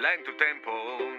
lento il tempo,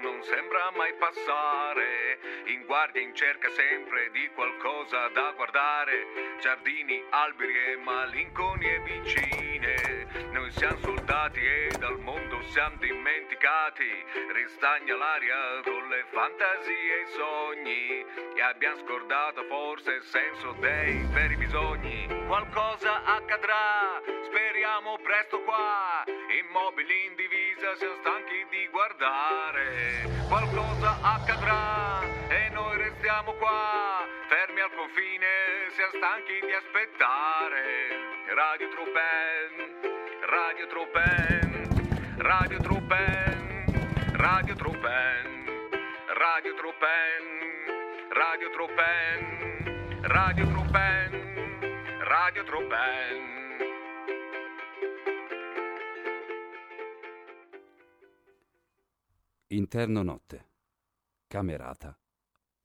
non sembra mai passare. In guardia, in cerca sempre di qualcosa da guardare. Giardini, alberi e malinconie vicine. Noi siamo soldati e dal mondo siamo dimenticati. Ristagna l'aria con le fantasie e i sogni. E abbiamo scordato forse il senso dei veri bisogni. Qualcosa accadrà, speriamo presto qua. Immobili in divisa, siamo stanchi di guardare. Qualcosa accadrà e noi restiamo qua. Fermi al confine, siamo stanchi di aspettare. Radio Truppen, Radio Truppen, Radio Truppen, Radio Truppen, Radio Truppen, Radio Truppen, Radio Truppen, Radio Truppen. Interno notte. Camerata.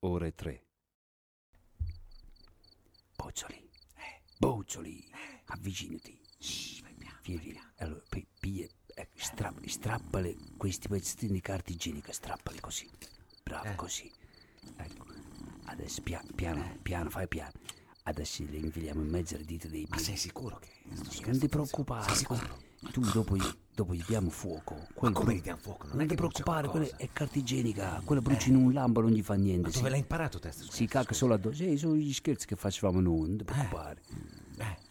Ore 3. Boccioli. Eh. Boccioli. Avvicinati. Vieni, vieni. Allora, poi piglia, Eh. ecco, strappali, strappale questi pezzettini di carta igienica, strappali così. Bravo, Eh. così. Ecco. Adesso pia- Eh. piano, piano, fai piano. Adesso le infiliamo in mezzo alle dita dei piedi. sei sicuro che... Sì, non ti preoccupare. Tu dopo, gli- dopo gli diamo fuoco. Quello come bru- gli diamo fuoco? Non Non è ti che brucia preoccupare, quella qualcosa. Eh, è cartigenica. Quella brucia in un lampo, non gli fa niente. Ma si- dove l'hai imparato testa? si cacca solo addosso. Sì, sono gli scherzi che facevamo noi, Eh. non ti preoccupare.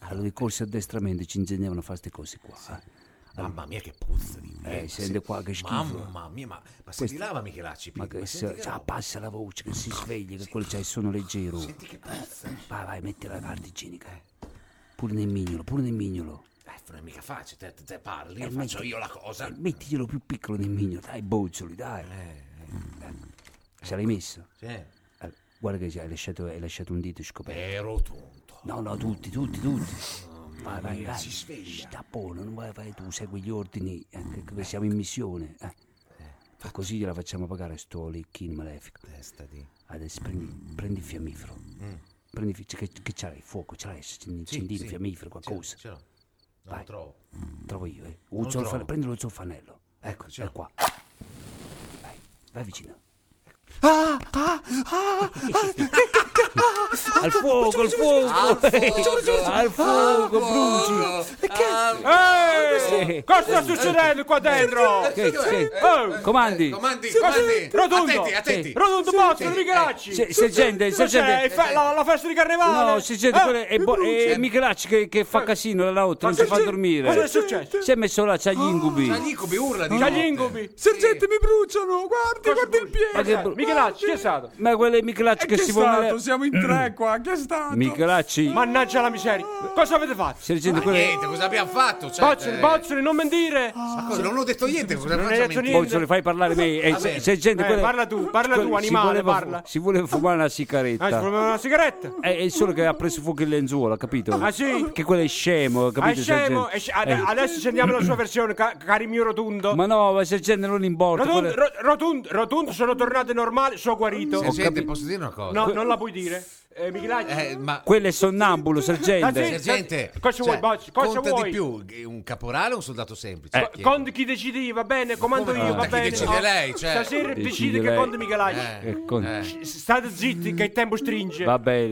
Allora, i corsi addestramento ci insegnavano a fare queste cose qua. eh. Mamma mia che puzza di merda, sente sì. Eh, qua che schifo. Mamma mia, ma, ma se ti lava Michelacci, Ma Pietro, che senti se, che cioè, roba, passa la voce, che si sveglia, che quello c'è il sonno leggero. senti che puzza. Vai, vai, metti la cartigenica. Pure nel mignolo, pure nel mignolo. Eh, non è mica facile, te, te- te parli, faccio io la cosa. Eh. Eh, Mettiglielo più piccolo nel mignolo, dai, boccioli, dai. Se l'hai messo? Sì. Eh, Guarda che hai lasciato, hai lasciato un dito scoperto. È rotondo. No, no, tutti, tutti, tutti. Vai, vai, vai. si sveglia. Sta buono, non vai, vai tu, segui gli ordini, eh, che- che siamo in missione. eh. Così gliela facciamo pagare a sto lecchino malefico. Testa di... Mm, Adesso prendi, prendi il fiammifero. Prendi, fi- che, che c'hai? Il fuoco, ce l'hai? C'è sì. il fiammifero, qualcosa. Ce l'ho. Non lo trovo. Trovo io, eh. lo Uzzo il trovo. fa- prendi lo zolfanello. Ecco, Ecco, ce l'ho. è qua. Vai, vai vicino. Ah, Al fuoco, al fuoco! Al fuoco, bruci! ah, Ehi, cosa sta succedendo qua dentro? Che, che- Oh, eh, comandi! Comandi, comandi. comandi. Rotondo. Attenti, attenti. Rotondo Pozzo, Michelacci! Se- Sergente, Cosa c'è? Il sergente! fe- la, la festa di carnevale? No, sergente, Eh, quello è, bo- è Michelacci che, che fa casino la notte, non si fa Cosa è dormire. successo? Si è messo là, Ah, c'ha gli incubi. Ma Nicobi urla di C'ha notte. gli incubi! Sergente, mi bruciano! Guardi, guardi il Ma piede! che bru- Michelacci, chi è stato? eh, Ma quello è Michelacci Eh, che Che è si vuole... stato? Siamo in tre qua, che è stato? Michelacci! Mannaggia la miseria! Cosa avete fatto? Sergente, Ma quello è... niente, cosa abbiamo fatto? Cioè, Bozzoli, eh, Ah. bozzoli, non mentire! Eh, ma cosa, non ho detto niente, cosa Ah, hai facciamo detto in- niente. Bozzoli, Boh, fai parlare me. Eh, bene. sergente, Eh, quello- parla tu, parla tu, quello- si animale, voleva fu- parla. Si vuole fumare una Ah, si sigaretta. fumava una sigaretta? È, è solo che ha preso fuoco il lenzuola, capito? Ah, sì? Perché quello è scemo, Ah, È capito? scemo! sergente? Eh. è sc- ad- Adesso sentiamo la sua versione, ca- cari mio rotondo! Ma no, ma sergente non importa. Rotondo, quello- ro- rotondo, rotondo, sono tornato normale, sono guarito! Sergente, capito. posso dire una cosa? No, non la puoi dire. Eh, Michelacci. Eh, ma Quello è sonnambulo, Ah, sergente. sì? sergente, cosa vuoi, Bocci? Cosa cioè, conta vuoi? Eh, di più che un caporale o un soldato semplice? Co- Chi è? Conte chi decidi, va bene, comando Come io, no? va Chi bene. decide Oh, lei, cioè? Stasera Decide decide che lei. Conte Michelacci. Eh, Che con- eh, S- State zitti che il tempo stringe. Va bene,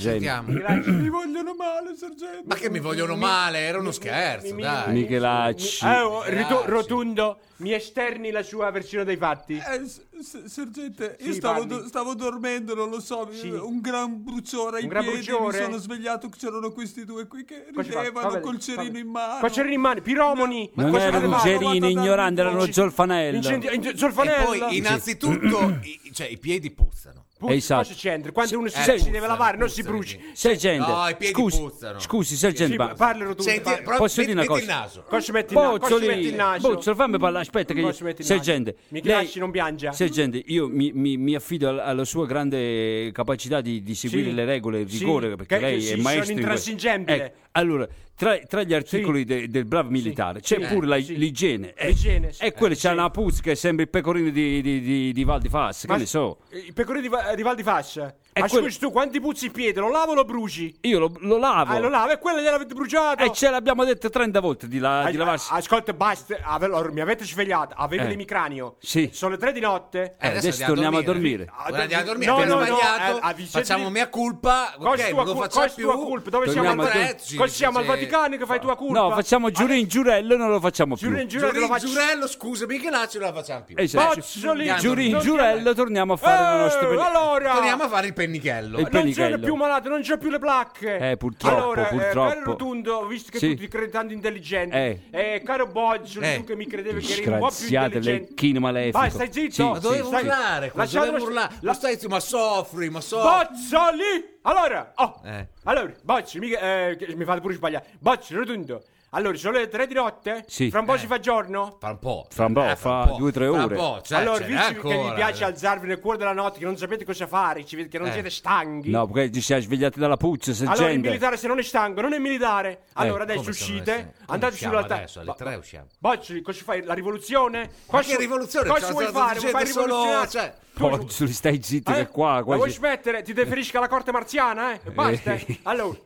sergente. sentiamo. Michelacci. Mi vogliono male, sergente! Ma che mi vogliono male, era uno scherzo, mi- dai. Michelacci. Eh, oh, Michelacci. ritu- rotundo, mi esterni la sua versione dei fatti. Eh, s- s- sergente, io Sì, stavo, parli. do- stavo dormendo, non lo so, mi- Sì. un gran bruciore ai Un gran piedi, bruciore? mi sono svegliato, c'erano questi due qui che Cosa fate? ridevano Vabbè, col cerino vabbè. in mano. Col cerino in mano, piromoni. Non cosa erano avevate? Gerino ignorante, erano Incendi- zolfanello. Incendi- incendi- E Zolfanella. poi innanzitutto i, cioè, i piedi puzzano. Puzza, Esatto. cosa c'entra? Quando uno si, Eh, si deve puzzano, lavare, non si puzzano, bruci. sì. Sergente, No, i piedi scusi, puzzano. scusi, sergente. Sì, ma- parla rotundo. Senti, parla. però, Posso metti- dire una metti cosa? il naso. Cosa ci metti, il na- cosa ci metti il Bozzoli, naso? Bozzoli, fammi parlare, aspetta che Poi io... ci metti il Sergente, naso. Michelacci non piangia. Sergente, io mi, mi- mi affido al- alla sua grande capacità di, di seguire Sì. le regole e il Sì, rigore, perché che- lei sì, è sono maestro... in questo. intransigente. Ecco, allora, tra, tra gli articoli de- del bravo militare c'è pure la- sì. l'igiene. eh. L'igiene, sì. E quella c'è Sì. una puzza che sembra il pecorino di, di- di- di Val di Fas, che Ma- ne so. I pecorino di, Va- di Val di eh, Fascia. E A quel- questo tu quanti puzzi il piede? Lo lavo o lo bruci? Io lo, lo lavo. Ah, lo lavo e quello gliel'avete bruciato. Eh, E ce l'abbiamo detto 30 volte di, la- di Ah, lavarsi. Ascolta, basta. Ah, ave- allora, mi avete svegliato. Avevo Eh. l'emicranio. Sì. Sono le tre di notte. Eh, adesso torniamo a dormire. Ah, Ora andiamo a dormire, no, abbiamo no, no, sbagliato, eh, a Vicentini- facciamo mia colpa, Cosa tua ok, non lo cul- facciamo cosa più. tua colpa? Dove siamo Torniamo al- a Trezzi, Cosa sì, siamo al sì. Vaticano che fai tua colpa? No, facciamo giuro in giurello e non lo facciamo più. Giuro in giurello Giurello, lo faccio- Giurello, scusami, che là ce la facciamo più. Esatto. Bozzoli! Giuri in Non giurello chiamare. torniamo a fare la nostra Eh, pelle- allora, Torniamo a fare il pennichello. E- non Penichello. sono più malato, non c'ho più le placche. Eh, purtroppo, allora, purtroppo. caro Rotundo, visto che Sì. tu ti credi tanto intelligente, Eh. eh, caro Boggio, Eh. tu che mi credevi che eri un po' più Disgraziate intelligente. lecchino malefico. Vai, stai zitto. Sì, Ma ma sì. dovevo stai- urlare, qua, lasciatelo- dovevo urlare. la- Ma stai zitto, ma soffri, ma soffri. Bozzoli! Allora, oh, Eh. allora, Bocci, mica, eh, che- mi fate pure sbagliare. Bocci, rotundo. Allora, sono le tre di notte? Sì. Fra un po' Eh. si fa giorno? Fa un po'. Fra un po', fra un po', due o tre fra un ore. po', cioè, allora, ce n'è visto che vi ancora. piace alzarvi nel cuore della notte, che non sapete cosa fare, ci- che non Eh. siete stanchi. No, perché ci siamo svegliati dalla puzza, se Allora, il gente. militare se non è stanco, non è militare. Allora, adesso Eh, come se non è uscite, stanco? Come andate usciamo sulla ta- adesso? Alle Bo- tre usciamo. Boccioli, cosa fai? La rivoluzione? Cosa che rivoluzione? Cosa Cioè, vuoi sto fare? Vuoi dicendo fare solo- rivoluzionare? cioè- Bozzoli, stai zitto che Eh? qua La vuoi quasi... smettere? Ti deferisca alla corte marziana, eh? E Basta. Eh. Allora,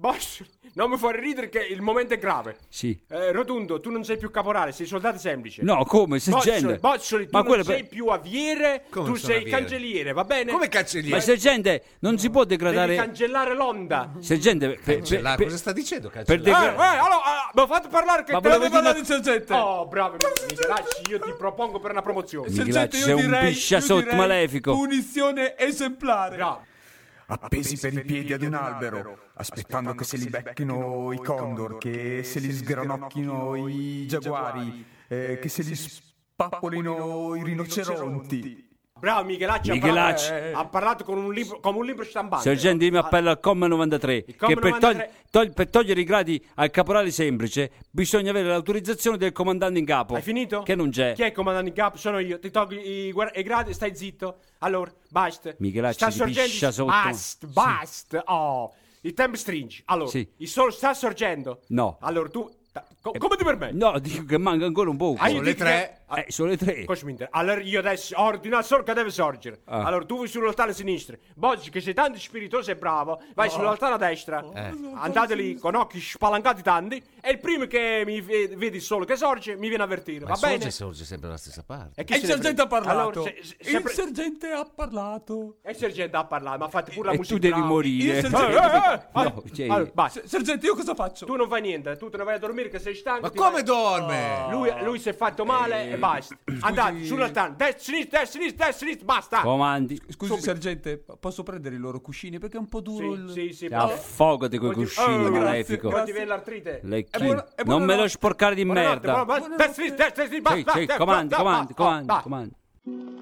Boccioli, non mi fare ridere che il momento è grave. Sì. Eh, Rotundo, tu non sei più caporale, sei soldato semplice. No, come, se Boccioli, gente... Boccioli, tu Ma non quello sei per- più avviere, Come tu non sono sei avviere? cancelliere, va bene? Come Ma cancelliere? se gente non si può Devi degradare... cancellare l'onda. Se gente... per- per- Cancellare, per- cosa sta dicendo per Eh, eh, degradare- cancellare? allora, mi fate parlare che ah, Ma te volevo devo dire- Parlare di sergente. Oh, bravo, Michelacci, io ti propongo per una promozione. Sergente, Michelacci, io sei un direi- biscia io sotto direi malefico. Punizione esemplare. Bravo. appesi per i piedi ad un albero, aspettando che se li becchino i condor, che se li sgranocchino i giaguari, eh, che se li spappolino i rinoceronti. Bravo Michelacci, ha Michelacci. parlato- eh, ha parlato con un libro, come un libro stampante. Ah, Sergente, io mi appello al comma 93 comma che per, 93 togli- togli- per togliere i gradi al caporale semplice bisogna avere l'autorizzazione del comandante in capo. Hai finito? Che non c'è. Chi è il comandante in capo? Sono io. Ti tolgo i, guar- i gradi, stai zitto. Allora, basta. Michelacci sta ti sorgendo. piscia sotto. Basta, Sì. basta. Oh, il tempo stringe. Allora, Sì. il sole sta sorgendo. No. Allora tu. ta- co- come ti permetti? No, dico che manca ancora un poco. Ah, io Sono le dico tre. che- Eh, sono le tre. Cosa mi interessa? Allora io adesso ordino al sole che deve sorgere. Ah. Allora tu vai sull'altare sinistra. Boggi che sei tanto spiritoso e bravo, vai Oh. sull'altare a destra. Eh. Oh, Andate lì con occhi spalancati tanti. E il primo che mi ve- vede il sole che sorge mi viene a avvertire. Ma Va bene? sorge, sorge sempre dalla stessa parte. E chi E il se ne sergente ha frega? parlato. Allora, se- se- se Il pre- sergente ha parlato. e il sergente ha parlato, ma fate pure la e musica. tu devi brava. morire. Io sono- Eh, eh, eh, No, eh, cioè- allora, basta. Se- sergente, io cosa faccio? Tu non fai niente, tu te ne vai a dormire che sei stanco. Ma ti come vai- dorme? Lui, lui si è fatto male Eh, e basta. Andate sull'altare, destra, sinistra, destra, sinistra, destra, sinistra, basta. Comandi. Ah. Scusi, sergente, po- posso prendere i loro cuscini? Perché è un po' duro Sì, il... sì, sì, Ah, bravo. Affogati coi Oggi- cuscini, Oh, grazie, malefico. Poi grazie. ti viene l'artrite. Le E chi- buona- e non me lo buonanotte. sporcare di Buonanotte, merda. buonanotte, destra, sinistra, destra, sinistra, Sì, basta, sì, destra, comandi, basta, comandi, basta, comandi, basta. comandi.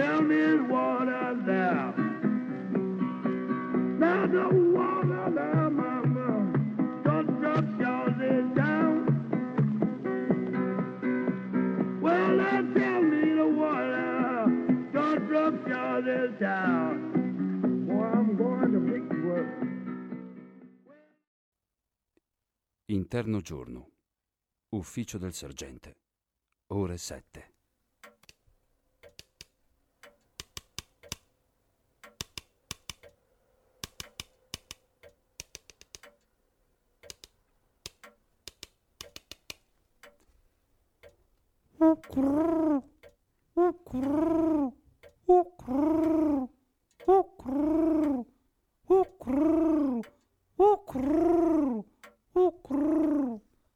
Now the water, now my mouth, don't drop your Well, tell me the water. Don't drop down this town. Boy, I'm going to pick you up. Interno giorno. Ufficio del sergente. Ore 7.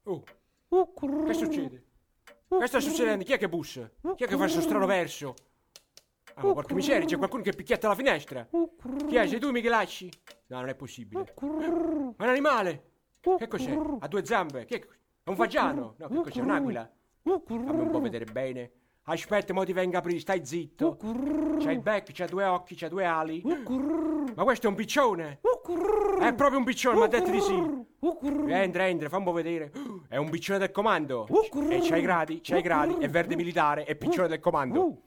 Oh, che succede? Che sta succedendo? Chi è che bussa? Chi è che fa questo strano verso? Ah, ma porca miseria, c'è qualcuno che picchietta la finestra. Chi è? Sei tu, Michelacci? No, non è possibile. Ma è un animale! Che cos'è? Ha due zampe. Che cos'è? È un fagiano? No, che cos'è? Un'aquila? Fammi un po' vedere bene. Aspetta, mo ti venga a aprire, stai zitto. C'ha il becco, c'ha due occhi, c'ha due ali. Ma questo è un piccione! È proprio un piccione, mi ha detto di sì. Entra, entra, fammi vedere. È un piccione del comando. E c'ha i gradi, c'ha i gradi, è verde militare, è piccione del comando.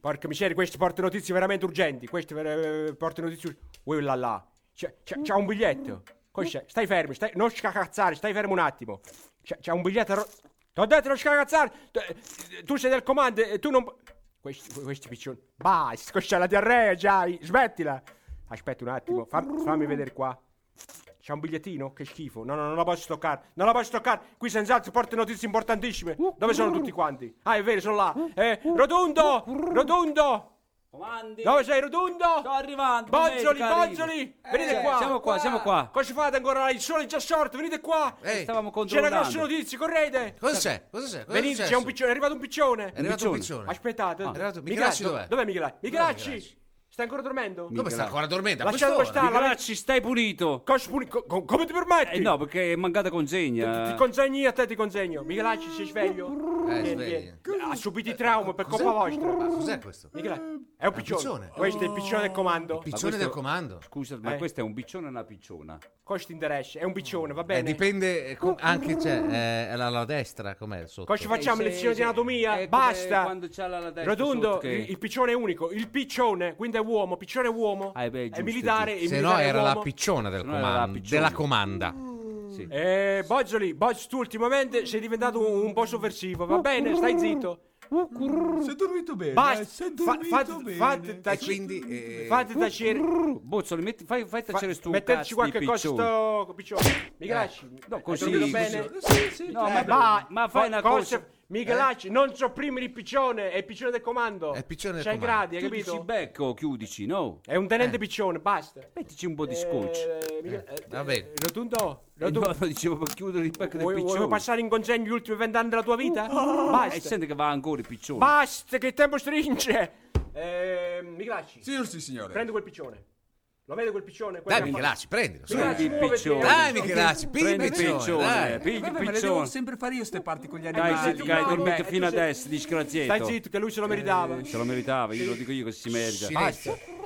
Porca miseria, questi portano notizie veramente urgenti. Questi eh, portano notizie urgenti. Ui là là. C'è, c'è- c'ha un biglietto. Cos'è? Stai fermo, stai, non scacazzare, stai fermo un attimo. C'è, c'ha un biglietto. Ro- T'ho detto non scacazzare. eh, Tu- Tu sei del comando e tu non... Questi, questi piccioni... Basta, c'è la diarrea già, smettila. Aspetta un attimo, fam- fammi vedere qua. C'è un bigliettino? Che schifo. No, no, non la posso toccare. Non la posso toccare. Qui senz'altro porta notizie importantissime. Dove sono tutti quanti? Ah, è vero, sono là. Eh, rotondo! Rotondo! Comandi. Dove sei, rotondo? Sto arrivando, Bonzoli, domenica arrivo. Bonzoli! venite Eh, qua! siamo qua, siamo qua. Cosa fate ancora? Il sole è già sorto, venite qua! Stavamo Ehi, C'è una controllando. grossa notizia, correte! cosa c'è? Cosa c'è? Cosa Venite, è c'è un successo? piccione, è arrivato un piccione! È Eh, arrivato un piccione. piccione. Ah, Aspettate. arrivato- Michelacci dov'è? Dov'è Michelacci? Michelacci! Michelacci? Stai ancora dormendo? Come sta ancora dormendo? A Lasciatelo quest'ora? stare, la- Nicolacci, stai pulito. Cosa spuni- co- co- Come ti permetti? Eh no, perché è mancata Ti- consegna. Ti consegni a te ti consegno. Michelacci si sveglio. Eh, Vieni, svegli. vieni. Ha subito trauma per colpa Ma vostra. cos'è questo? Il Michelacci è un piccione. piccione. Oh, Questo è il piccione del comando. piccione questo- del comando. Scusa, ma Eh. questo è un piccione o una picciona? Cosa ti interessa? È un piccione, va Eh, bene. dipende eh, com- anche c'è eh, la, la destra com'è sotto. Cosa ci facciamo? Eh, sì, lezioni sì. di anatomia? È come Basta. Quando c'ha la, la destra Rotondo, sotto che- il, il piccione è unico. Il piccione, quindi è uomo. Piccione è uomo. Ah, eh beh, giusto, è militare. giusto. il Se no militare è era la uomo. picciona del Se no era la comando, picciona. della comanda. Mm. Eh, Bozzoli, Bozz, tu ultimamente sei diventato un, un po' sovversivo, va bene? Stai zitto. Se hai dormito bene, eh, se Basta. hai Fa- dormito fate, bene. fate E tacere. quindi eh, Fate tacere. Bozzoli, metti, fai, fai tacere stu cazzo metterci di qualche cosa piccione. Eh, sto piccione Michelacci no, così, hai dormito così. bene Sì, sì, No, certo. ma- va, ma fai una cosa- Eh? Michelacci non sopprimere il piccione è il piccione del comando È il piccione del C'hai comando. gradi hai Chiudici il capito becco, chiudici, no? è un tenente piccione basta Mettici Eh. un po' di scotch. Eh, Michel- eh, va bene. Rotundo Eh, Rotundo, no, no, dicevo per chiudere il becco del vuoi, vuoi piccione. Uh, oh, passare in consegno gli ultimi vent'anni della tua vita E basta sente che va ancora il piccione. basta che il tempo stringe eh, Michelacci Signor sì, signore. prendi quel piccione lo vedi quel piccione Quello Dai che ha Michelacci, prendilo. su. Michelacci, Prendi il muoviti, eh. piccione. Dai Michelacci, prendi Prendi il piccione. dai. pigli il Vabbè, me le devo piccione. sempre fare io ste parti con gli Dai, animali. sei zitto, tu che hai bravo, dormito eh, fino tu sei- adesso, fatto. disgraziato. stai zitto che lui se lo meritava Se lo meritava, glielo dico io che si merita. Ah, Silenzio. Prendo-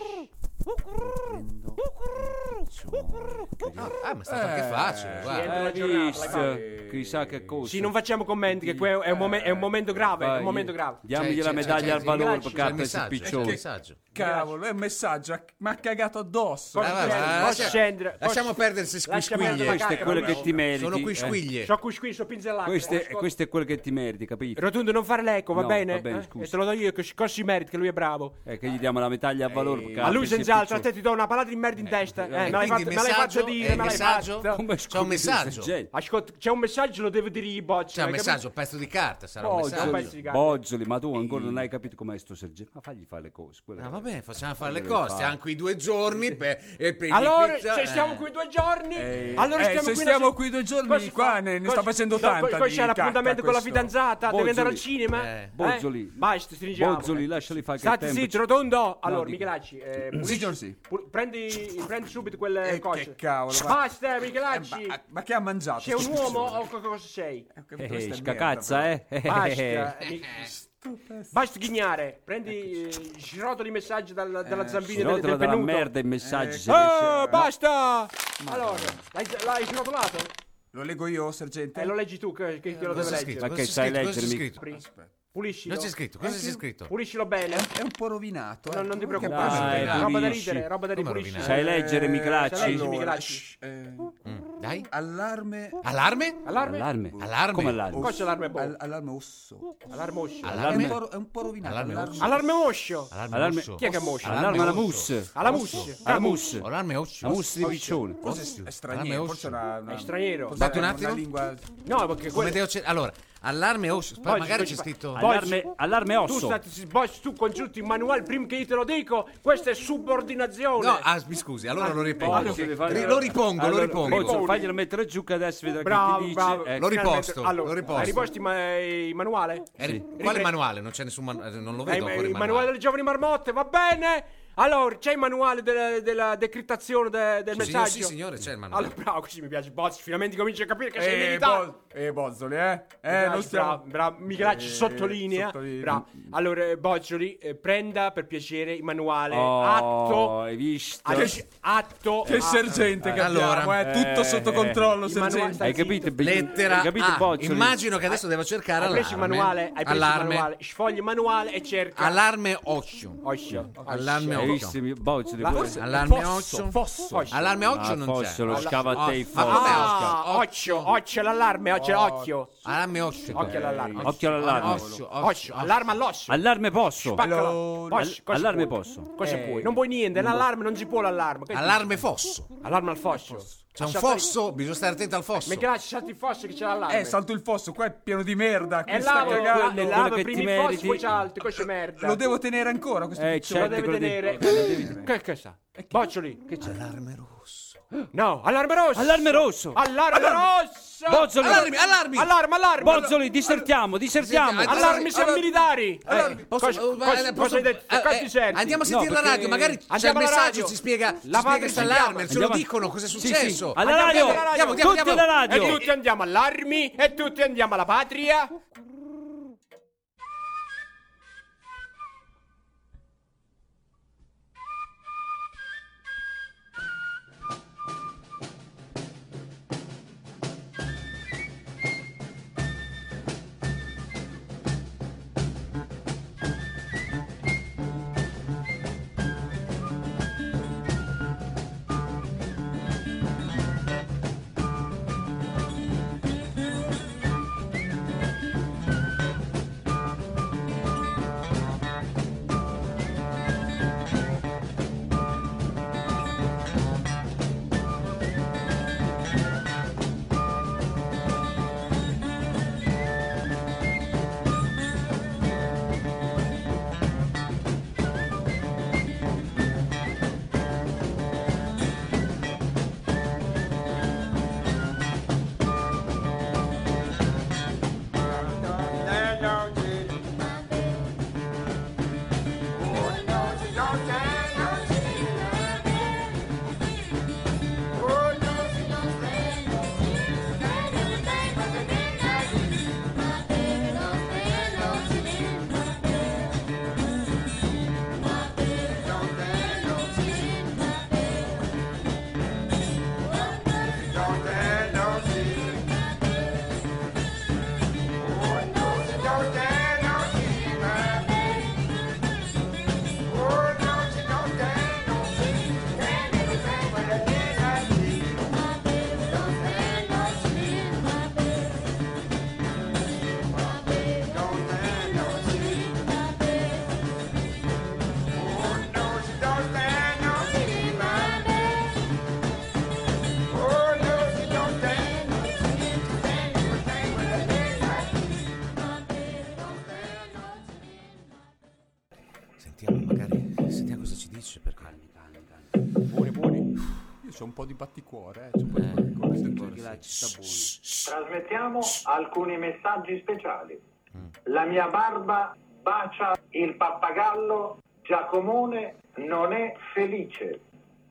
No, ah, ma sta Eh, anche facile, guarda. Eh, Cioè, Hai giornata, l'hai visto? Chissà che cosa. Sì, non facciamo commenti, che que- è, un momen- è un momento grave. È un momento grave. Diamogli C'è- la c'è- medaglia c'è- al valore per c'è- C'è il capo sul messaggio, c'è il piccione. messaggio. Cavolo, è un messaggio, a- mi ha cagato addosso. Cosa- Ah, vabbè, Scendere, ma posso lascia- scendere, Lasciamo posso- perdere queste lascia perdere squiglie. la Questo è cacca, quello vabbè, che ti meriti. Sono qui eh. squiglie. So qui qui, so pinzellato. Questo è, eh, Ascolta. questo è quello che ti meriti, capito? Rotondo, non fare l'eco, va No, bene? va bene, Eh? scusa. E te lo do io, che cosa si merita, che lui è bravo. Eh, che gli diamo la medaglia al valore per capo. A lui sia senz'altro, a piccione. te ti do una palata di merda in testa. Eh, me E l'hai quindi fatta- il me l'hai fatta messaggio dire, è il me l'hai messaggio. fatta. Come C'è un scusi, messaggio. gente? Ascolta, c'è un messaggio, lo devi dire i bocci. C'è un hai capito? messaggio, un pezzo di carta, sarà Ah, un Oh, già, un messaggio. pezzo di carta. Bozzoli, ma tu ancora non hai capito com'è sto sergente. Ma fagli fare le cose. quelle Ah, Eh, che- vabbè, facciamo fare le Deve cose. fare. Anche i due giorni. per- e per Allora, il quiz, se eh. stiamo qui due giorni, Eh, allora eh, stiamo se qui stiamo una se- qui due giorni, Cosa si qua fa? ne- ne Cosa- sta facendo no, tanta poi- Poi di c'è l'appuntamento cacca, con la questo. fidanzata, deve Bozzoli. andare al cinema. Eh, eh? Bozzoli. Basta, stringiamo. Bozzoli, lasciali fare che State tempo. zitto, rotondo. Allora, dico. Michelacci, eh, pulisci- Signor sì. pu- prendi, prendi subito quelle Eh, cose. che cavolo, va. Basta, Michelacci. Ma, ma che ha mangiato? sei un sto uomo pezzo? o co- cosa sei? Eh, Eh, questa è scacazza, merda, eh. Eh, Basta, eh, mi- però. Sto pezzo. basta ghignare. Prendi, eh, girotoli i messaggi dalla, dalla Si zambina del, rotola del dalla pennuto. merda i messaggi. Eh, se riesce. Eh, basta! Allora, l'hai, l'hai girotolato? Lo leggo io, sergente? Eh, lo leggi tu che, che, che lo Cosa deve c'è leggere. scritto? Ma Cosa che c'è sai scritto? Cosa c'è leggermi? scritto? Pri- Puliscilo. Eh, Non c'è scritto, cosa c'è scritto? Eh, Puliscilo bene. È un po' rovinato. eh. Non, non ti Porca preoccupare. Dai, roba da pulisci. ridere, roba da Come ripulisci. rovinare? Sai leggere, Eh, Miclacci? sai leggere, allora, Miclacci. shh, eh, Mm, Dai. allarme. Allarme? Allarme? Allarme. Allarme. Come allarme? Qua c'è allarme boh. Al- allarme osso. Allarme oscio. È un Allarme. po', ro- è un po' rovinato. Allarme Allarme, Allarme oscio. Allarme. Allarme. osso. Chi è che è moscio? Allarme alla osso. mousse. Alla muscia. Alla mousse. Allarme osso. La mousse di piccione. Forse è- è Allarme straniero. osso. Forse era una, È straniero. forse Date era un una attimo. lingua- No, perché Come quello... Deo Ce- Allora, allarme osso. Poi Poi magari ci- c'è scritto. Poi- Allarme, allarme Tu, osso. stati, boss, tu congiunti il manuale prima che io te lo dico. Questa è subordinazione. No, ah, mi scusi, allora lo ripongo. Allora, devi fare- Ri- Lo ripongo, lo Allora, ripongo. Bozzo, faglielo mettere giù che adesso vedrà che bravo, ti dice. bravo. Ecco. eh, Lo riposto, Finalmente- Allora, lo riposto. Hai riposto il, ma- il manuale? Eh, ri- Quale Ripre- manuale? Non c'è nessun manuale, non lo Eh, vedo ma- ancora il manuale manuale. delle giovani marmotte, va bene? Allora, c'è il manuale della, della decrittazione de- del Sì, messaggio? sì, signore, c'è il manuale. Allora, bravo, così mi piace. Bozzi, finalmente cominci a capire che sei Eh, militare. boh, Bo- eh, Bozzoli, eh? Mi Eh, piace, non stiamo... Bravo, bravo. Michelacci Eh, sottolinea. sottolinea. Bravo. Allora, eh, Boccioli, eh, prenda per piacere il manuale. Oh, atto. hai visto? Ah, Atto. atto Che Ah, a- sergente che allora, abbiamo, eh, tutto eh, sotto eh, controllo, il sergente. manuale- Hai capito? Be- Lettera Hai capito, A. Boccioli? Immagino che adesso devo cercare Hai preso il allarme. manuale, hai preso allarme. il manuale, sfogli il manuale e cerca. Allarme occhio. Oscio. Allarme Hai occhio. visto? Boccioli, La- pure. forse- Allarme Fosso, occhio. fosso. Oscio. Allarme occhio Ah, non c'è. Fosso, lo scava a te il Ma Fosso. com'è Ah, occhio? occhio, occhio l'allarme, occhio, occhio. Allarme occhio. Occhio all'allarme. Occhio all'allarme. Occhio, Occhio, occhio. allarme all'oscio. Allarme posso. Spaccala. Allora, Oscio, cosa Allarme puoi? posso. Cosa puoi? Non puoi niente, l'allarme non si può l'allarme. Che Allarme fosso. dici? Allarme al foscio. C'è un fosso, bisogna stare attento al fosso. Michelacci, salti il foscio che c'è l'allarme. Eh, salto il fosso, qua è pieno di merda, qui E sta lavo, cagando. e quello lavo che prima ti il foscio, meriti. poi c'è altro, questo è merda. Lo devo tenere ancora questo Eh, piccione? Lo certo, deve quello tenere. dentro. Che che sa? Boccioli, che c'è? Allarme rosso. No, allarme rosso. Allarme rosso. Allarme rosso. Bozzoli. Allarmi, allarmi. Allarme, allarme. Bozzoli, dissertiamo, dissertiamo. Dissertiamo. Allarmi siamo Allarmi. militari. Allarmi. Eh, Posso- cosa, eh, cosa- eh, cosa hai detto? posso- Cosa eh, ti senti? Andiamo a sentire No, la perché- radio, magari c'è il Andiamo alla messaggio, radio. ci spiega, ci La spiega madre questo si allarme, ce lo Andiamo- dicono, cosa è Sì, successo. sì. Alla Andiamo radio. alla radio. Andiamo, Andiamo, Tutti andiamo. alla radio. E tutti andiamo all'armi e tutti andiamo alla patria. Oh, Sentiamo magari, sentiamo cosa ci dice perché Buoni, buoni. Io c'ho un po' di batticuore, eh. C'ho un po' di batticuore. sergente. Trasmettiamo alcuni messaggi speciali. La mia barba bacia il pappagallo, Giacomone non è felice.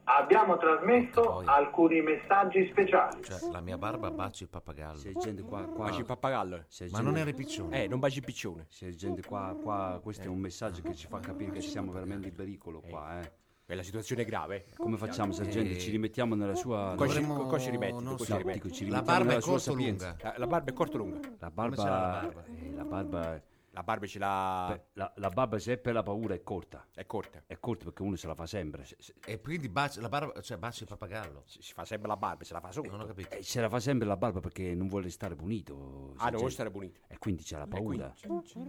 Abbiamo Porca trasmesso boia. alcuni messaggi speciali. cioè, la mia barba baci il pappagallo. C'è gente qua, qua. Baci il pappagallo. C'è Ma gente- non era il piccione. Eh, non baci il piccione. c'è gente qua, qua, questo è un messaggio che ci fa capire che siamo veramente in pericolo qua, eh. E la situazione è grave. Come facciamo, sergente? Ci rimettiamo nella sua... Cosa nella- ci- cosa ci rimetti? non Cosa so. ci rimetti? Dico, ci La rimettiamo barba è nella sua corto o sapienza. lunga? La, la barba è corto o lunga? La Come sarà barba... la barba? eh, La barba... La barba ce l'ha... La, la barba se è per la paura è corta. È corta. È corta perché uno se la fa sempre. Se, se- E quindi bacia, la barba, cioè bacia il pappagallo. Si fa sempre la barba, se la fa sotto. Non ho capito. eh, se la fa sempre la barba perché non vuole stare punito. Ah, non Sergente. vuoi stare pulito. E quindi c'è la paura.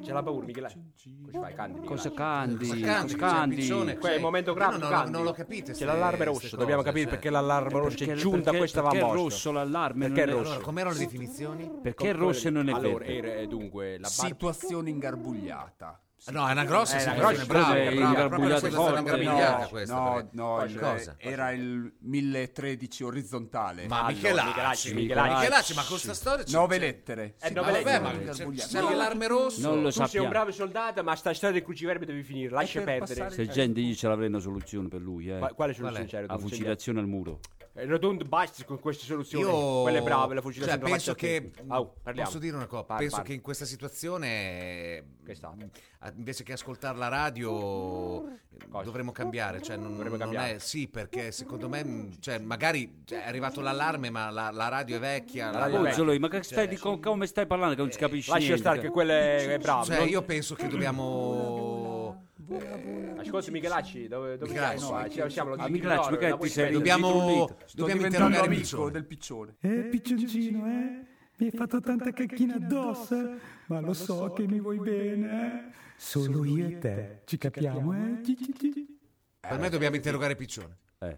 C'è la paura, Michelangelo. Cosa fai, candi? Cosa candi? Cosa Candi, candi? c'è Piccione, Qua è il cioè, momento io grave, Non, non, Candi. non lo capite. C'è l'allarme rosso, dobbiamo capire cioè. perché l'allarme rosso Eh, Perché- è giunta perché- questa perché va è vostra. rosso l'allarme? Perché non è Allora, com'erano le definizioni? Perché è rosso e non è allora, verde? era- eh, dunque, la barba... Situazione ingarbugliata. Ah, No, è una grossa Eh, una situazione, grossa brava, situazione, brava, ingarbugliata proprio questa è forte. una ingarbugliata no, questa. no, perché- no, il- cosa? era il 1013 orizzontale. Ma Michelacci, Michelacci, Michelacci, Michelacci. ma con questa storia c'è... Nove c'è- lettere. Eh, Sì, nove ma Ma vabbè, lettere. vabbè, ma c'è, ingarbugliata. c'è l'allarme rosso. Non lo Tu sei un sappiamo. bravo soldato, ma sta storia del cruciverba devi finire, lascia per perdere. passare- Se gente io ce l'avrei una soluzione per lui, eh. Qua- Quale soluzione Qual è? c'era? La tu? fucilazione al muro. Eh, Rotondo basta con queste soluzioni. Io... Quelle brave, la fucile cioè, sempre penso fatta a che... tutti. Au, parliamo. Posso dire una cosa? Par- penso parli. che in questa situazione... Che sta? a- Ah, Invece che ascoltare la radio eh, dovremmo cambiare, cioè non, Dovremmo non cambiare. è sì perché secondo me mh, cioè, magari cioè, è arrivato l'allarme ma la, la radio è Ah, vecchia, la radio è radio vecchia. Bozzolo, ma che stai di co- come stai parlando che non si capisce Lascia niente? stare che quelle è bravo. Cioè, io penso che dobbiamo. Ascolta Michelacci, dove, dove Michelacci, siamo? Ah, ci- siamo, lo Ah, dici, Michelacci, no, perché la vuoi ti sei- spendere? eh, Dobbiamo, Sto dobbiamo diventando interrogare amico Piccione. del piccione. Eh, piccioncino, eh? Mi hai fatto tanta cacchina addosso, ma lo so che mi vuoi bene, eh? Solo io e te, ci capiamo, eh? Ci, ci, ci. Per me dobbiamo interrogare Piccione. Eh.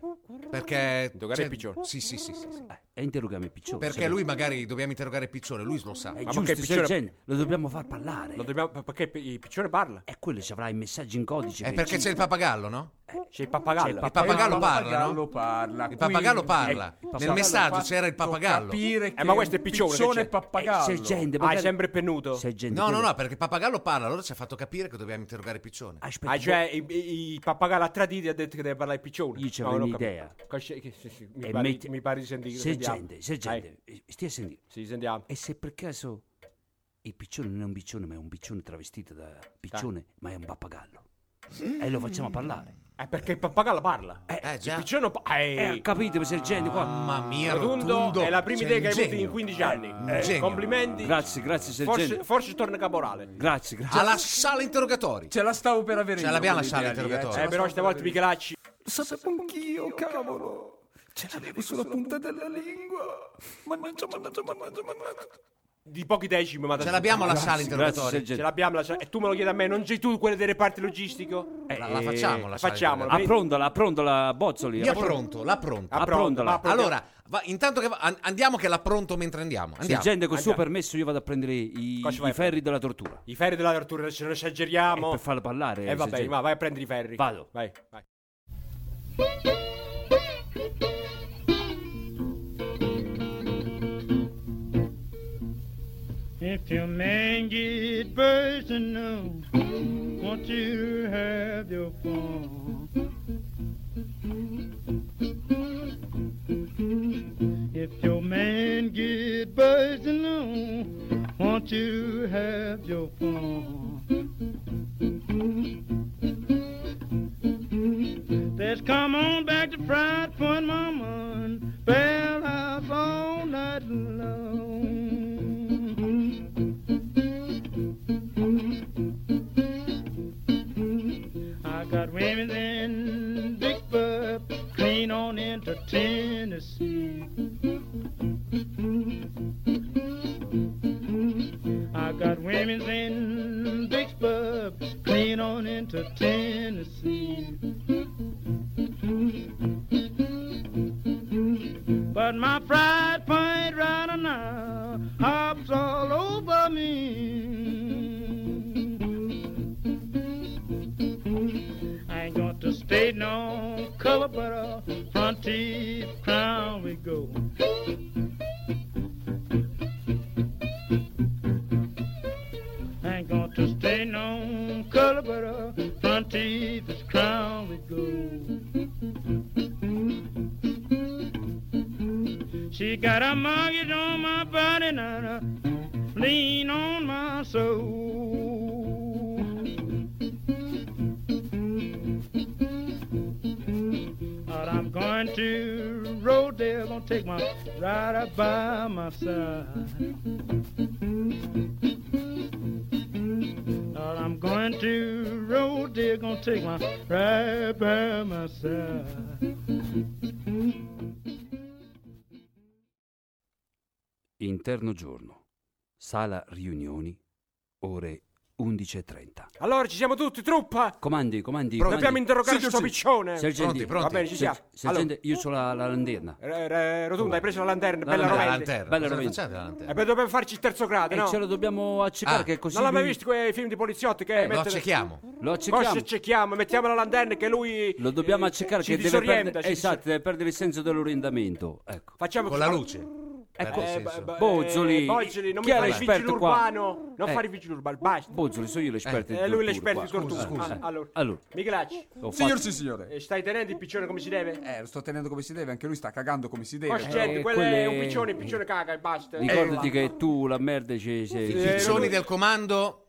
Perché. Interrogare cioè, Piccione. Sì, sì, sì, sì, sì. E Eh, interrogami piccione. Perché lui magari dobbiamo interrogare Piccione, lui lo sa. È ma giusto, perché Piccione- sergente, lo dobbiamo far parlare. Lo dobbiamo, perché il piccione parla. E quello ci avrà i messaggi in codice. È perché c'è il pappagallo, no? C'è il pappagallo. Il Eh, pappagallo parla, Pappagallo no? parla. Il pappagallo parla. Nel pappagallo messaggio c'era il pappagallo. Capire Eh, ma questo è piccione, Piccione che e c'è? pappagallo. sergente, Ah, è Eh, magari- sempre pennuto. sergente, No, no, quello- no, perché il pappagallo parla, allora ci ha fatto capire che dobbiamo interrogare Piccione. Aspetta, Ah, cioè, i- i- il pappagallo a traditi ha detto che deve parlare il piccione. Io ci No, avevo non ho un'idea. capito. Cosci- che- sì, sì, mi, e pare, metti- mi pare di sentire. Sergente, sentiamo. Eh, sergente, eh, stia a sentire. sì, sentiamo. E se per caso il piccione non è un piccione, ma è un piccione travestito da piccione, ma è un pappagallo. E lo facciamo parlare. Eh, perché il pappagallo parla. Eh, Eh, il già. piccione pa- Eh, eh, capite, sergente, qua. Mamma mia, Rotondo Rotondo. è la prima Sei idea un che hai avuto in genio. 15 anni. un Eh, genio. complimenti. Grazie, grazie, sergente. Forse, forse torna caporale. Grazie, grazie. Alla sala interrogatori. Ce la stavo per avere Ce io l'abbiamo la quell'idea sala lì, eh. interrogatori. Eh, però stavolta Michelacci. Lo sapevo anch'io, cavolo! Ce l'avevo sulla punta della lingua! Mannaggia, mannaggia, mannaggia, mannaggia! Di pochi decimi, ma Ce l'abbiamo la sala Grazie, interrogatori. Ce sergente. l'abbiamo la sala. E tu me lo chiedi a me, non sei tu quello del reparto logistico? La, la facciamo la sala facciamola. interrogatori. Approndola, approndola, bozzoli. Io pronto, la pronto. Ah, approndola. ma proprio- Allora, va- intanto che va- an- andiamo che la pronto mentre andiamo. Andiamo. Sergente, col suo Andiamo. permesso io vado a prendere i, Cosa ci vai i a prendere? ferri della tortura. I ferri della tortura, se non esageriamo. E per farlo parlare. Eh, vabbè, sergente. ma vai a prendere i ferri. Vado. Vai, vai. If your man get personal, won't you have your fun? If your man get personal, won't you have your fun? Let's come on back to Fried Point, Mama, and bear up all night long. I got women in Big Bub, clean on into Tennessee. I got women in Big Bub, clean on into Tennessee. But my pride point right now hops all over me. I ain't got to stay no cover, but a front teeth crown we go. I ain't got to stay no color, but a front teeth is crown we go. She got a mortgage on my body and a lean on my soul. But I'm going to road there, gonna take my rider by my side. country road, they're gonna take my right by my side. Interno giorno. Sala riunioni, ore 11.30. Allora ci siamo tutti, truppa! Comandi, comandi. Pronti. comandi. Dobbiamo interrogare Sì, sto sì. piccione. Sergenti. Pronti, pronti. Va bene, ci Ser- siamo. Sergente, io ho la, la lanterna. Eh, eh, Rotonda, hai preso la lanterna, La bella lanterna, rovente. la lanterna. Bella Cosa rovente. facciate la lanterna? E beh, dobbiamo farci il terzo grado, E no? Eh, Ah, ce lo dobbiamo accecare, che così Non l'hai mai lui- visto quei film di poliziotti che... lo accechiamo. Lo accechiamo. Lo accechiamo, mettiamo la lanterna che lui... Lo dobbiamo accecare eh, che ci deve disorienta, perdere, ci esatto, deve perdere il senso dell'orientamento. Ecco. Facciamo Con la luce. Ecco, Eh, beh, beh, Bozzoli, eh, Bozzoli, non chi mi è fare il l'esperto vigile qua? urbano, non Eh, fare il vigile urbano, basta. Bozzoli, sono io l'esperto di Eh, lui è tortura l'esperto di qua. tortura. Scusa, Ah, scusa. allora, Allora. Michelacci. Ho Signor, fatto- sì, signore. Eh, Stai tenendo il piccione come si deve? Eh, lo sto tenendo come si deve, anche lui sta cagando come si deve. Oh, gente, eh, quello è un quelle- piccione, il piccione caga e basta. Eh, Ricordati che tu la merda ci sei. I piccioni del comando.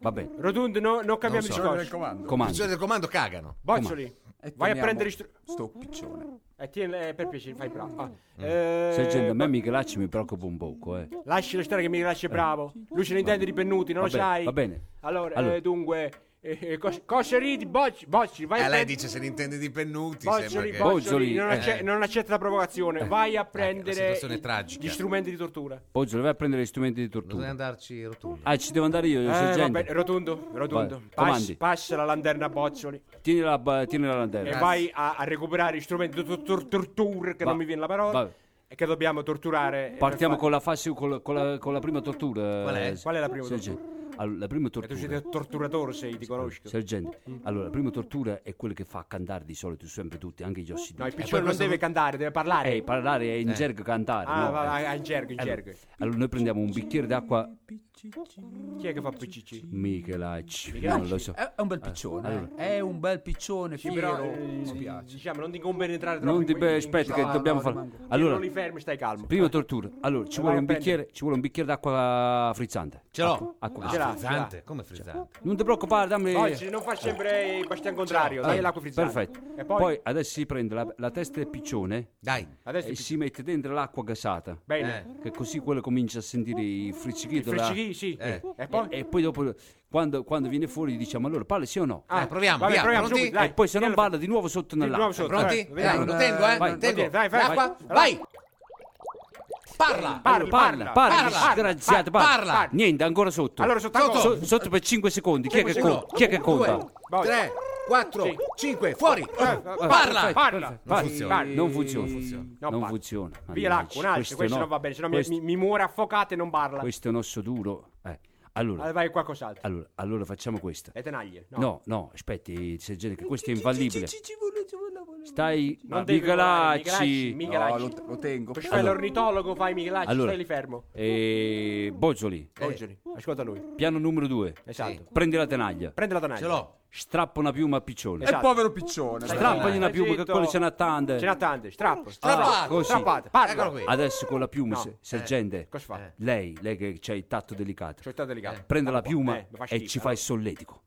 Vabbè. Rotundo, no- non cambiamo so. Eh, discorso. Del comando. Comando. Piccione del comando cagano. Bozzoli, E vai a teniamo prendere... Istru- sto piccione. Eh, tieni, eh, per piacere, fai Mm. bravo. Ah, eh, Sergente, a me Michelacci mi preoccupa un poco, eh. Lascialo stare che mi lascia bravo. Lui ce ne intende di pennuti, non Va lo bene, sai. va bene. Allora, eh, Allora. dunque, eh, eh, cos- cosa ridi, Bocci, Bocci, vai E a lei prendere- dice se ne intende di pennuti. Eh, sembra Boccioli, che... Boccioli, non, Eh. acce- non accetta la provocazione. Eh. Vai a prendere situazione è i- tragica. gli strumenti di tortura. Poggio, vai a prendere gli strumenti di Dove tortura. andarci rotondo? Ah, ci devo andare io, Eh, va sergente. bene, rotondo, rotondo. Vai, Pass- comandi. Eh, passa la lanterna a Boccioli Tieni la, ba- tieni la lanterna. e vai a, a recuperare gli strumenti di tor- tor- tortura, che Va- non mi viene la parola, va- e che dobbiamo torturare. eh, Partiamo per con la, fase, con, la, con la- con la prima tortura. Qual è? eh, Qual è la prima sergente. Allora, la prima tortura. fare- Tu sei un torturatore, sei, ti conosco. Sergente, allora la prima tortura è quella che fa cantare di solito sempre tutti, anche gli ossidenti. No, il piccione non deve cantare, deve parlare. Eh, parlare è in gergo cantare. Ah, no? va, va, Eh. in gergo, in Allora- gergo. allora noi prendiamo un bicchiere d'acqua Chi è che fa PCC? Michelacci, Michelacci. non lo so. Eh, È- è un bel piccione, Allora, È un bel piccione, Sì, fiero. però, eh, diciamo, non ti conviene entrare troppo. Non ti in que- beh, in- aspetta che no, dobbiamo no, fare. rimango. Allora, non li fermi, stai calmo. Prima tortura. Allora, ci Vai vuole a un bicchiere, ci vuole un bicchiere d'acqua frizzante. Ce l'ho. Acqua, Ah, acqua frizzante? Come frizzante? Non ti preoccupare, dammi Oggi non fa sempre il bastian contrario, dai Allora, l'acqua frizzante. Eh. Perfetto. E poi? eh, poi, adesso si prende la, la testa del piccione. Dai. Adesso e il si mette dentro l'acqua gasata. Bene. Che così quello comincia a sentire il friccichito. Il là. friccichì, sì. E, E poi? poi? dopo, quando, quando viene fuori, gli diciamo allora parla sì o no. Ah, Eh, proviamo, vabbè, via, proviamo pronti? subito, dai. E poi se non parla, di nuovo sotto nuovo nell'acqua. sotto, Pronti? vai, vediamo. Allora, Tengo, eh, vai. tengo. Vai, vai, L'acqua, vai. vai. Parla, Parla, parla, parla, parla, disgraziato, parla, parla. parla. Niente, ancora sotto. Allora, sotto ancora. So- sotto per 5 secondi. Chi è che Cinque conta? Chi è che conta? 3, 4, 5, Eh, fuori! Parla! Perfetto, parla, vai. funziona. eh, Non funziona. No, non parla. funziona. via l'acqua, un altro, questo no. non va bene, sennò mi- questo, mi, mi muore affocato e non parla. questo è un osso duro. Eh, Allora, Allora vai qualcos'altro. allora, allora facciamo questa. Le tenaglie. No. No, no, aspetti, sergente, che questo è infallibile. Stai, Non devi volare, Michelacci. Michelacci, No, lo, lo tengo. Poi fai Allora. l'ornitologo, fai Michelacci, Allora. stai lì fermo. E... Bozzoli, Bozzoli, ascolta lui. piano numero 2. Esatto. Prendi la tenaglia. Prendi la tenaglia. Ce l'ho. Strappa una piuma a piccione. Esatto. Povero piccione. Strappagli una Stai piuma, che zitto. quello ce n'ha tante. Ce n'ha tante, strappo. Ah, Strappate, così. strappate. Parla. Adesso con la piuma, No. eh, se- sergente, Cosa fa? lei, lei che c'ha il tatto delicato, C'ho il tatto delicato. Eh. prende la Ah, piuma eh, mi fa e schifo, ci fa il solletico.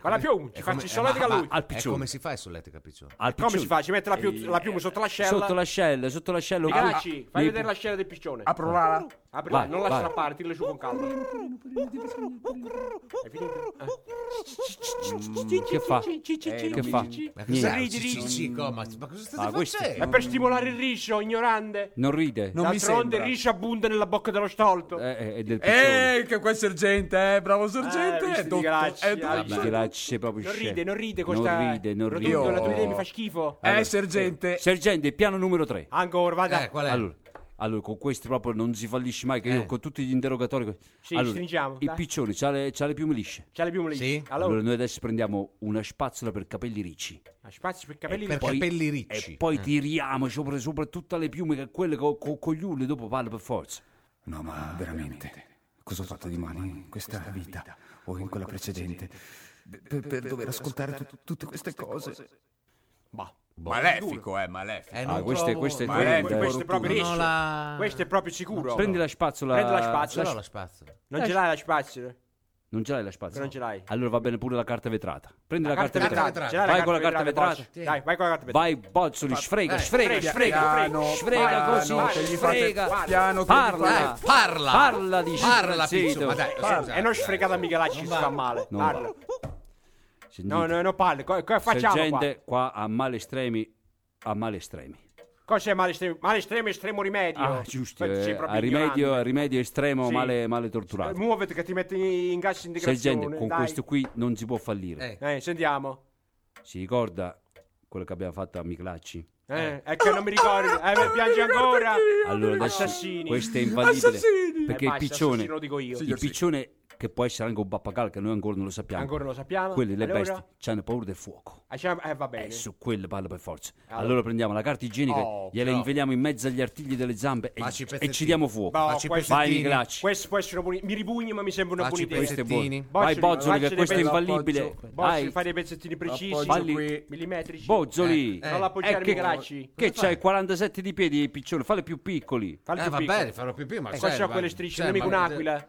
Con la piuma, ci eh, faccio il solletico a lui. al E piccione. come si fa il solletica a piccione? Al Come piccione. si fa? Ci mette la, piu- la piuma sotto l'ascella? Eh, Sotto l'ascella, sotto l'ascella. Michelacci, Ah, fai mi- vedere l'ascella del piccione. Apro l'ala. Apri l'ala, Vai, non la vai. strappare, tirala su con calma. È finito? Eh. Mm, Che fa? che fa? Ma cosa Niente. ridi, ridi? Cico, ma, ma cosa state Ah, questo- facendo? È per stimolare il riso, ignorante. Non ride. D'altronde il riso abbonda nella bocca dello stolto. Eh, eh, è del piccione. Ehi, che quel sergente, eh, bravo sergente. visto è di dotto- Grazia, è dotto- vabbè. Michelacci sei proprio Non scemo. ride, non ride questa... Non ride, non ride. Oh, Rotondo, la tua idea mi fa schifo. Allora, Eh, sergente. Sergente, piano numero 3. Ancora, Eh, vada. Allora, allora, con questi proprio non si fallisce mai, che io con tutti gli interrogatori... Eh. Sì, allora, stringiamo, Il dai. piccione c'ha le, c'ha le piume lisce. C'ha le piume lì. Sì. Allora. Allora, noi adesso prendiamo una spazzola per capelli ricci. spazio per capelli E poi- E poi Eh, Mm. tiriamo sopra, sopra tutte le piume che quelle con gli urli dopo parla per forza. No, ma veramente. Cosa ho fatto di male in questa vita o in quella precedente? Per, per dover ascoltare tut- tutte queste cose. Bah. Malefico, eh, malefico. Ah, questo è- questo è Malefico, tremendo, eh. questo è proprio Non ho rischio. la- Questo è proprio sicuro. Prendi la spazzola. Prendi la spazzola. Ce l'ho la spazzola. Non ce l'hai la spazzola. Non ce l'hai la spazzola? Non ce l'hai. Allora va bene pure la carta vetrata. Prendi la, carta, carta vetrata. vetrata. Ce l'hai la Vai carta con la carta vetrata, vetrata. Bocci. Dai, vai con la carta eh, vetrata. Vai, Bozzoli, sfrega, Dai, sfrega, frega, sfrega, frega, sfrega, sfrega frega, così, parla, sfrega. parla. Parla, eh. parla, Dai, parla. parla di Parla, zitto. piccione, ma dai, Parla. E non sfregata a Michelacci, ci fa male. Non Parla. No, no, no palle, co- cosa facciamo qua? gente qua a mali estremi, a mali estremi. Cos'è male estremo? Male estremo è estremo rimedio. Ah, giusto, Poi sei eh, proprio a, rimedio, ignorante. a rimedio estremo, Sì. male, male torturato. Eh, Muoviti che ti metti in gas integrazione. Sergente, con dai. questo qui non si può fallire. Eh, eh, sentiamo. Si ricorda quello che abbiamo fatto a Miclacci? Eh, è che non mi ricordo. Eh, mi piangi ancora. Allora adesso Assassini. questo è infallibile. Assassini. Perché Eh, il basta, piccione, assassino lo dico io. il Signor sì. piccione che può essere anche un pappagallo che noi ancora non lo sappiamo. Ancora non lo sappiamo. Quelle le Allora? bestie hanno paura del fuoco. Ah, cioè, eh, va bene. E su quelle parla per forza. Allora. Allora, prendiamo la carta igienica, Oh, gliela però. infiliamo in mezzo agli artigli delle zambe e, Facci i e ci pezzettini. diamo fuoco. No, questo- Vai Miclacci. Questo può essere una buona Mi ripugna, ma mi sembra una Facci i buona idea. pezzettini. Vai, Bozzoli, che facci dei questo è pezzettini. infallibile. Bozzoli, Vai. Boh, fai dei pezzettini precisi. L'appoggio Falli- qui. Millimetrici. Bozzoli, Eh, Non l'appoggiare, Eh, che, Miclacci. Che Cosa fai? Eh, c'hai 47 di piedi, piccione, falli più piccoli. Falli più piccoli. Eh, qua c'ho quelle strisce, nemico un'aquila.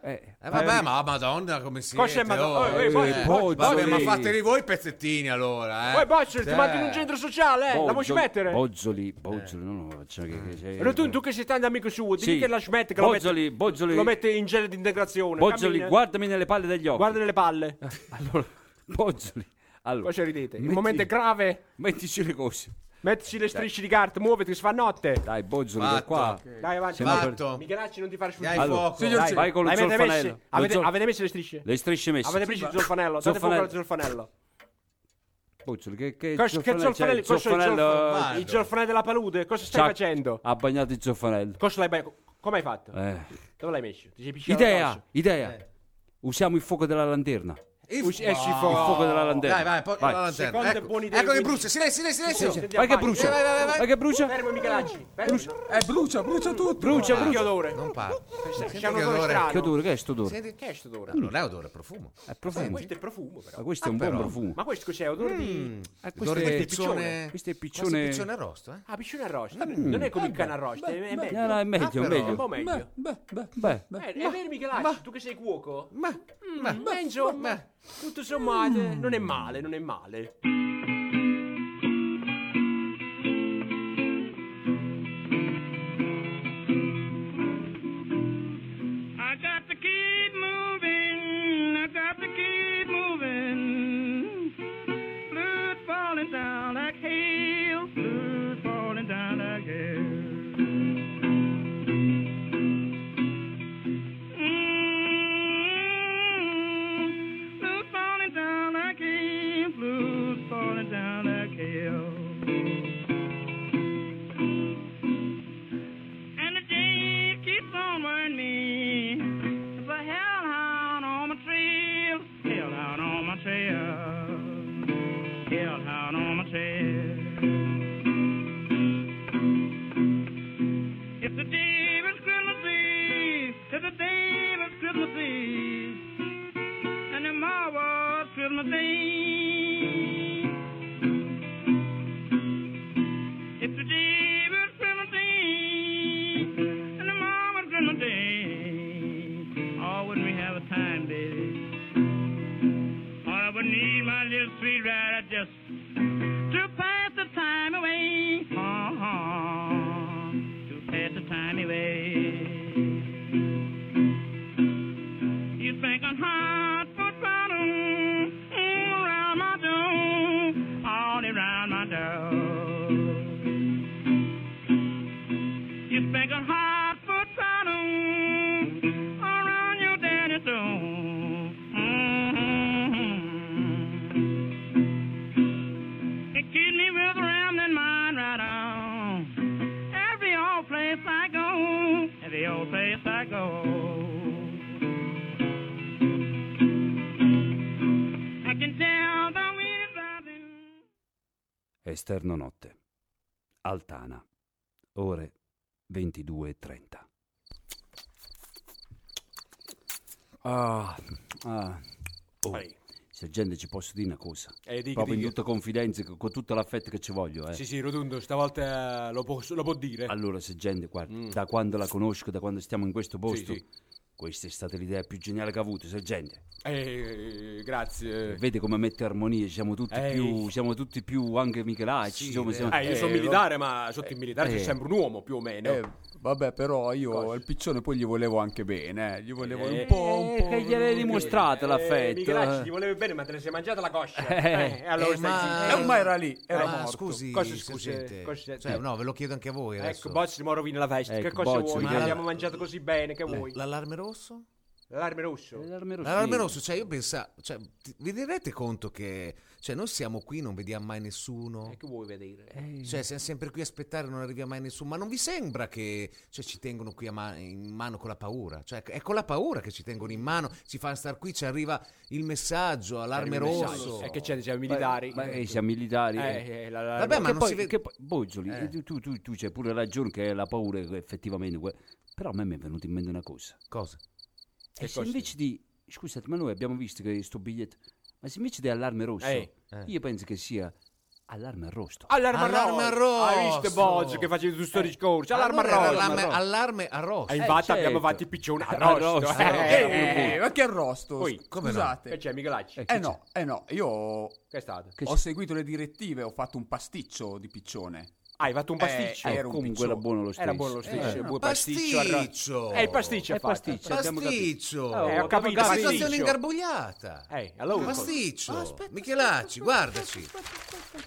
Eh, Cioè, Eh, vabbè, ma madonna, come siete? Cos'è, madonna? oh, Eh, eh, poi- eh. poi- Vabbè, poi- ma fateli voi i pezzettini allora, eh. Poi Bozzoli, ti Cioè. mandi in un centro sociale, eh. La vuoi Bozzoli- smettere? Bozzoli, Bozzoli, no, no, cioè che, che c'è- Rotun, tu che sei tanto amico suo, digli Sì. Boh, che la smette, che Bozzoli, lo mette, Bozzoli- lo mette in gel di integrazione. Bozzoli, cammina. guardami nelle palle degli occhi. Guarda nelle palle. Allora, Bozzoli, allora. Cosa ridete? Il Eh, metti- momento è grave. Mettici le cose. Mettici le strisce di carta, muoviti, si fa notte. Dai, Bozzoli, per qua. Dai, avanti. Se no per- Michelacci, non ti fare sfuggire. Dai, Allora, fuoco. signor Dai, Vai con lo avete zolfanello. messo- Lo Avete, zol- avete messo le strisce? Le strisce messe. Avete preso il Sì, zolfanello. Date fuoco zolfanello. al zolfanello. Bozzoli, che, che Cos- Che zolfanello c'è? Il zolfanello? cos'è il zolfanello? zolfanello- Il zolfanello della palude? Cosa stai C'ha- facendo? Ha bagnato il zolfanello. Cosa l'hai be- Come hai fatto? Eh. Dove l'hai messo? Ti sei pisciato Idea, addosso? idea. Eh. Usiamo il fuoco della lanterna. Usci- esci Il fuori. fuoco della lanterna. Dai, vai, poi Vai. la lanterna. Seconda Ecco, buona idea, ecco che quindi. brucia, silenzio, silenzio, silenzio. Sì, sì. Vai che brucia. Vai, vai, vai, vai. Vai che brucia. Fermo Michelacci. Fermo. Eh, brucia, brucia tutto. Brucia, Ah, brucia. che odore. Non parlo. C'è un odore strano. Che odore, che è sto odore? Che è sto Mm. odore? Allora, non è odore, è profumo. È Eh, profumo. questo è profumo però. Ma questo è Ah, un buon però. profumo. Ma questo cos'è? Odore Mm. di... Eh, questo Odore è di il piccione. piccione. Questo è Questo piccione- piccione arrosto, eh? Ah, piscione arrosto. Non è come il cane arrosto, è, è meglio. Mm. Eh, No, no, è meglio, Eh Ah, però. è meglio. Un po' meglio. Beh, beh, Beh, Eh, è vero Michelacci, tu che sei cuoco? Ma, ma- insomma, tutto sommato, eh, non è male, non è male. Eh, I got to keep moving. I got to keep moving. Blues falling down like hail. Blues falling down like hail. Mm, Blues falling down like hail. Blues falling down like hail. And the day keeps on worrying me. It's a hellhound on my trail. Hellhound on my trail. Hellhound on my trail. It's the day was Christmas Eve. It's the day was Christmas Eve. And tomorrow was Christmas Eve. It's the day was Christmas Eve, and tomorrow was Christmas Day. Oh, wouldn't we have a time, baby? Oh, I would need my little sweet ride just to pass the time away. Oh, to pass the time away. You think I'm hot for bottom mm, around my door, all around my door. You think I'm hot for bottom around your daddy's door. mm It keeps me with rambling mind right on. Every old place I go, every old place I go. I can tell the wind is rising. Esterno notte. Altana. Ore 22.30. Ah, ah. Oh, sergente, ci posso dire una cosa? Eh, dica, Proprio in dica. tutta confidenza, co- con tutta l'affetto che ci voglio. Eh. Sì, sì, Rotundo, stavolta eh, lo può, lo può dire. Allora, sergente, guarda, da quando la conosco, da quando stiamo in questo posto, Mm. sì. Questa è stata l'idea più geniale che ha avuto, sergente. Eh, grazie. Vede come mette armonie, siamo tutti Eh. più, siamo tutti più anche Michelacci. insomma, siamo- Eh, io sono militare, ma sotto il militare eh. c'è sempre un uomo più o meno. Eh, vabbè, però io al piccione poi gli volevo anche bene, eh. gli volevo Eh, un po'. Un po'... che gliel'hai dimostrato Eh, l'affetto. Michelacci eh. gli voleva bene, ma te ne sei mangiata la coscia. Eh. Eh, allora Eh, stai ma- zitto. Eh, ma era lì, era Ma morto. scusi, Cosa sergente? Cosa- Cioè, no, ve lo chiedo anche a voi adesso. Ecco, Bozzi mi rovina la festa. che cosa Bozzi, vuoi? ma- Ma abbiamo mangiato così bene, che Eh, vuoi? L'allarme rosso? L'allarme rosso. Eh. L'allarme rosso, cioè io pensavo, cioè, ti- vi rendete conto che cioè, noi siamo qui, non vediamo mai nessuno? Eh, Che vuoi vedere? Cioè, siamo sempre qui a aspettare, non arriva mai nessuno. Ma non vi sembra che cioè, ci tengono qui a ma- in mano con la paura? Cioè, è con la paura che ci tengono in mano, ci fanno star qui, ci arriva il messaggio, allarme Arriva il messaggio, rosso. sì. E che c'è, diciamo, i militari? Ma eh, siamo militari. Eh, eh, la- la- Vabbè, ma che non poi, si vede- che poi- Bozzoli, Eh. tu, tu, tu, tu c'hai pure ragione che è la paura che effettivamente... que- Però a me mi è venuta in mente una cosa. Cosa? E se invece di... Scusate, ma noi abbiamo visto che sto biglietto... Ma se invece di allarme rosso, Eh. io penso che sia allarme rosso. Allarme, Allarme rosso! rosso! Hai visto Bozzi che facevi tutto sto discorso? Allarme Eh. Allora era rosso! allarme, rosso. allarme a rosso. E Eh, infatti certo. abbiamo fatto il piccione Arrosto, arrosto. eh, eh, Eh, ma che arrosto? Poi, come no? Scusate. Che c'è, Michelacci? Eh no, eh no, io ho Che è stato? seguito le direttive, ho fatto un pasticcio di piccione. Ah, hai fatto un Eh, pasticcio? era un Comunque piccione. era buono lo stesso. Era buono lo stesso. Eh. buon pasticcio, arrosto. Eh, il pasticcio È ha fatto. pasticcio, abbiamo capito. Pasticcio. Eh, ho capito, La pasticcio. situazione ingarbugliata. Eh, allora Pasticcio. Michelacci, guardaci.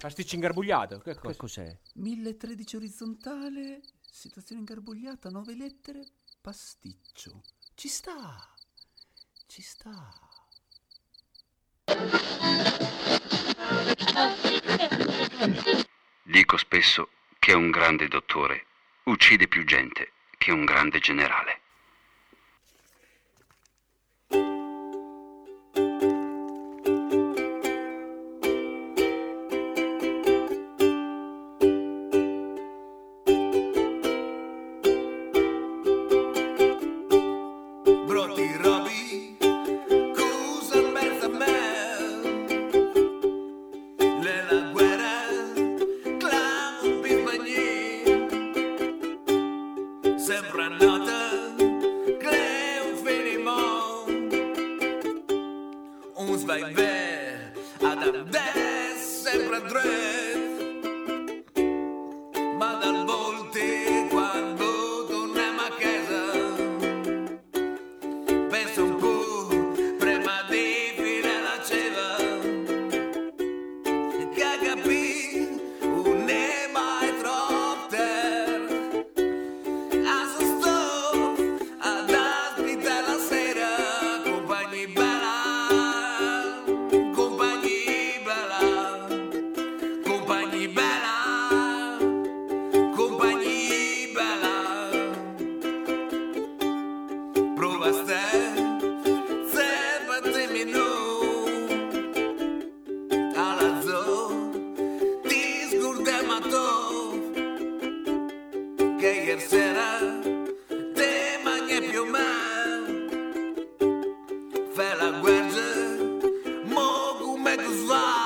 pasticcio ingarbugliato. Che cosa? Che cos'è? 1013 orizzontale, situazione ingarbugliata, 9 lettere, pasticcio. Ci sta, ci sta. Dico spesso che un grande dottore uccide più gente che un grande generale. Brotti robi, cosa pensa me? Nella guerra, clamo bisbagni, sempre nata, creo un filimon, un svaivè, ad andare sempre a dret, ma dal volte quando torniamo a casa, Penso un po' prima di finire la ceva Che capì un è mai troppo tardi. A se sto ad aspettare la sera Compagni bella, compagni bella Compagni bella, compagni bella Prova ste, sempre te minù Alla zo, ti scurdem a to Che ieri sera te mangi più me Fai la guerra, mo come tu sva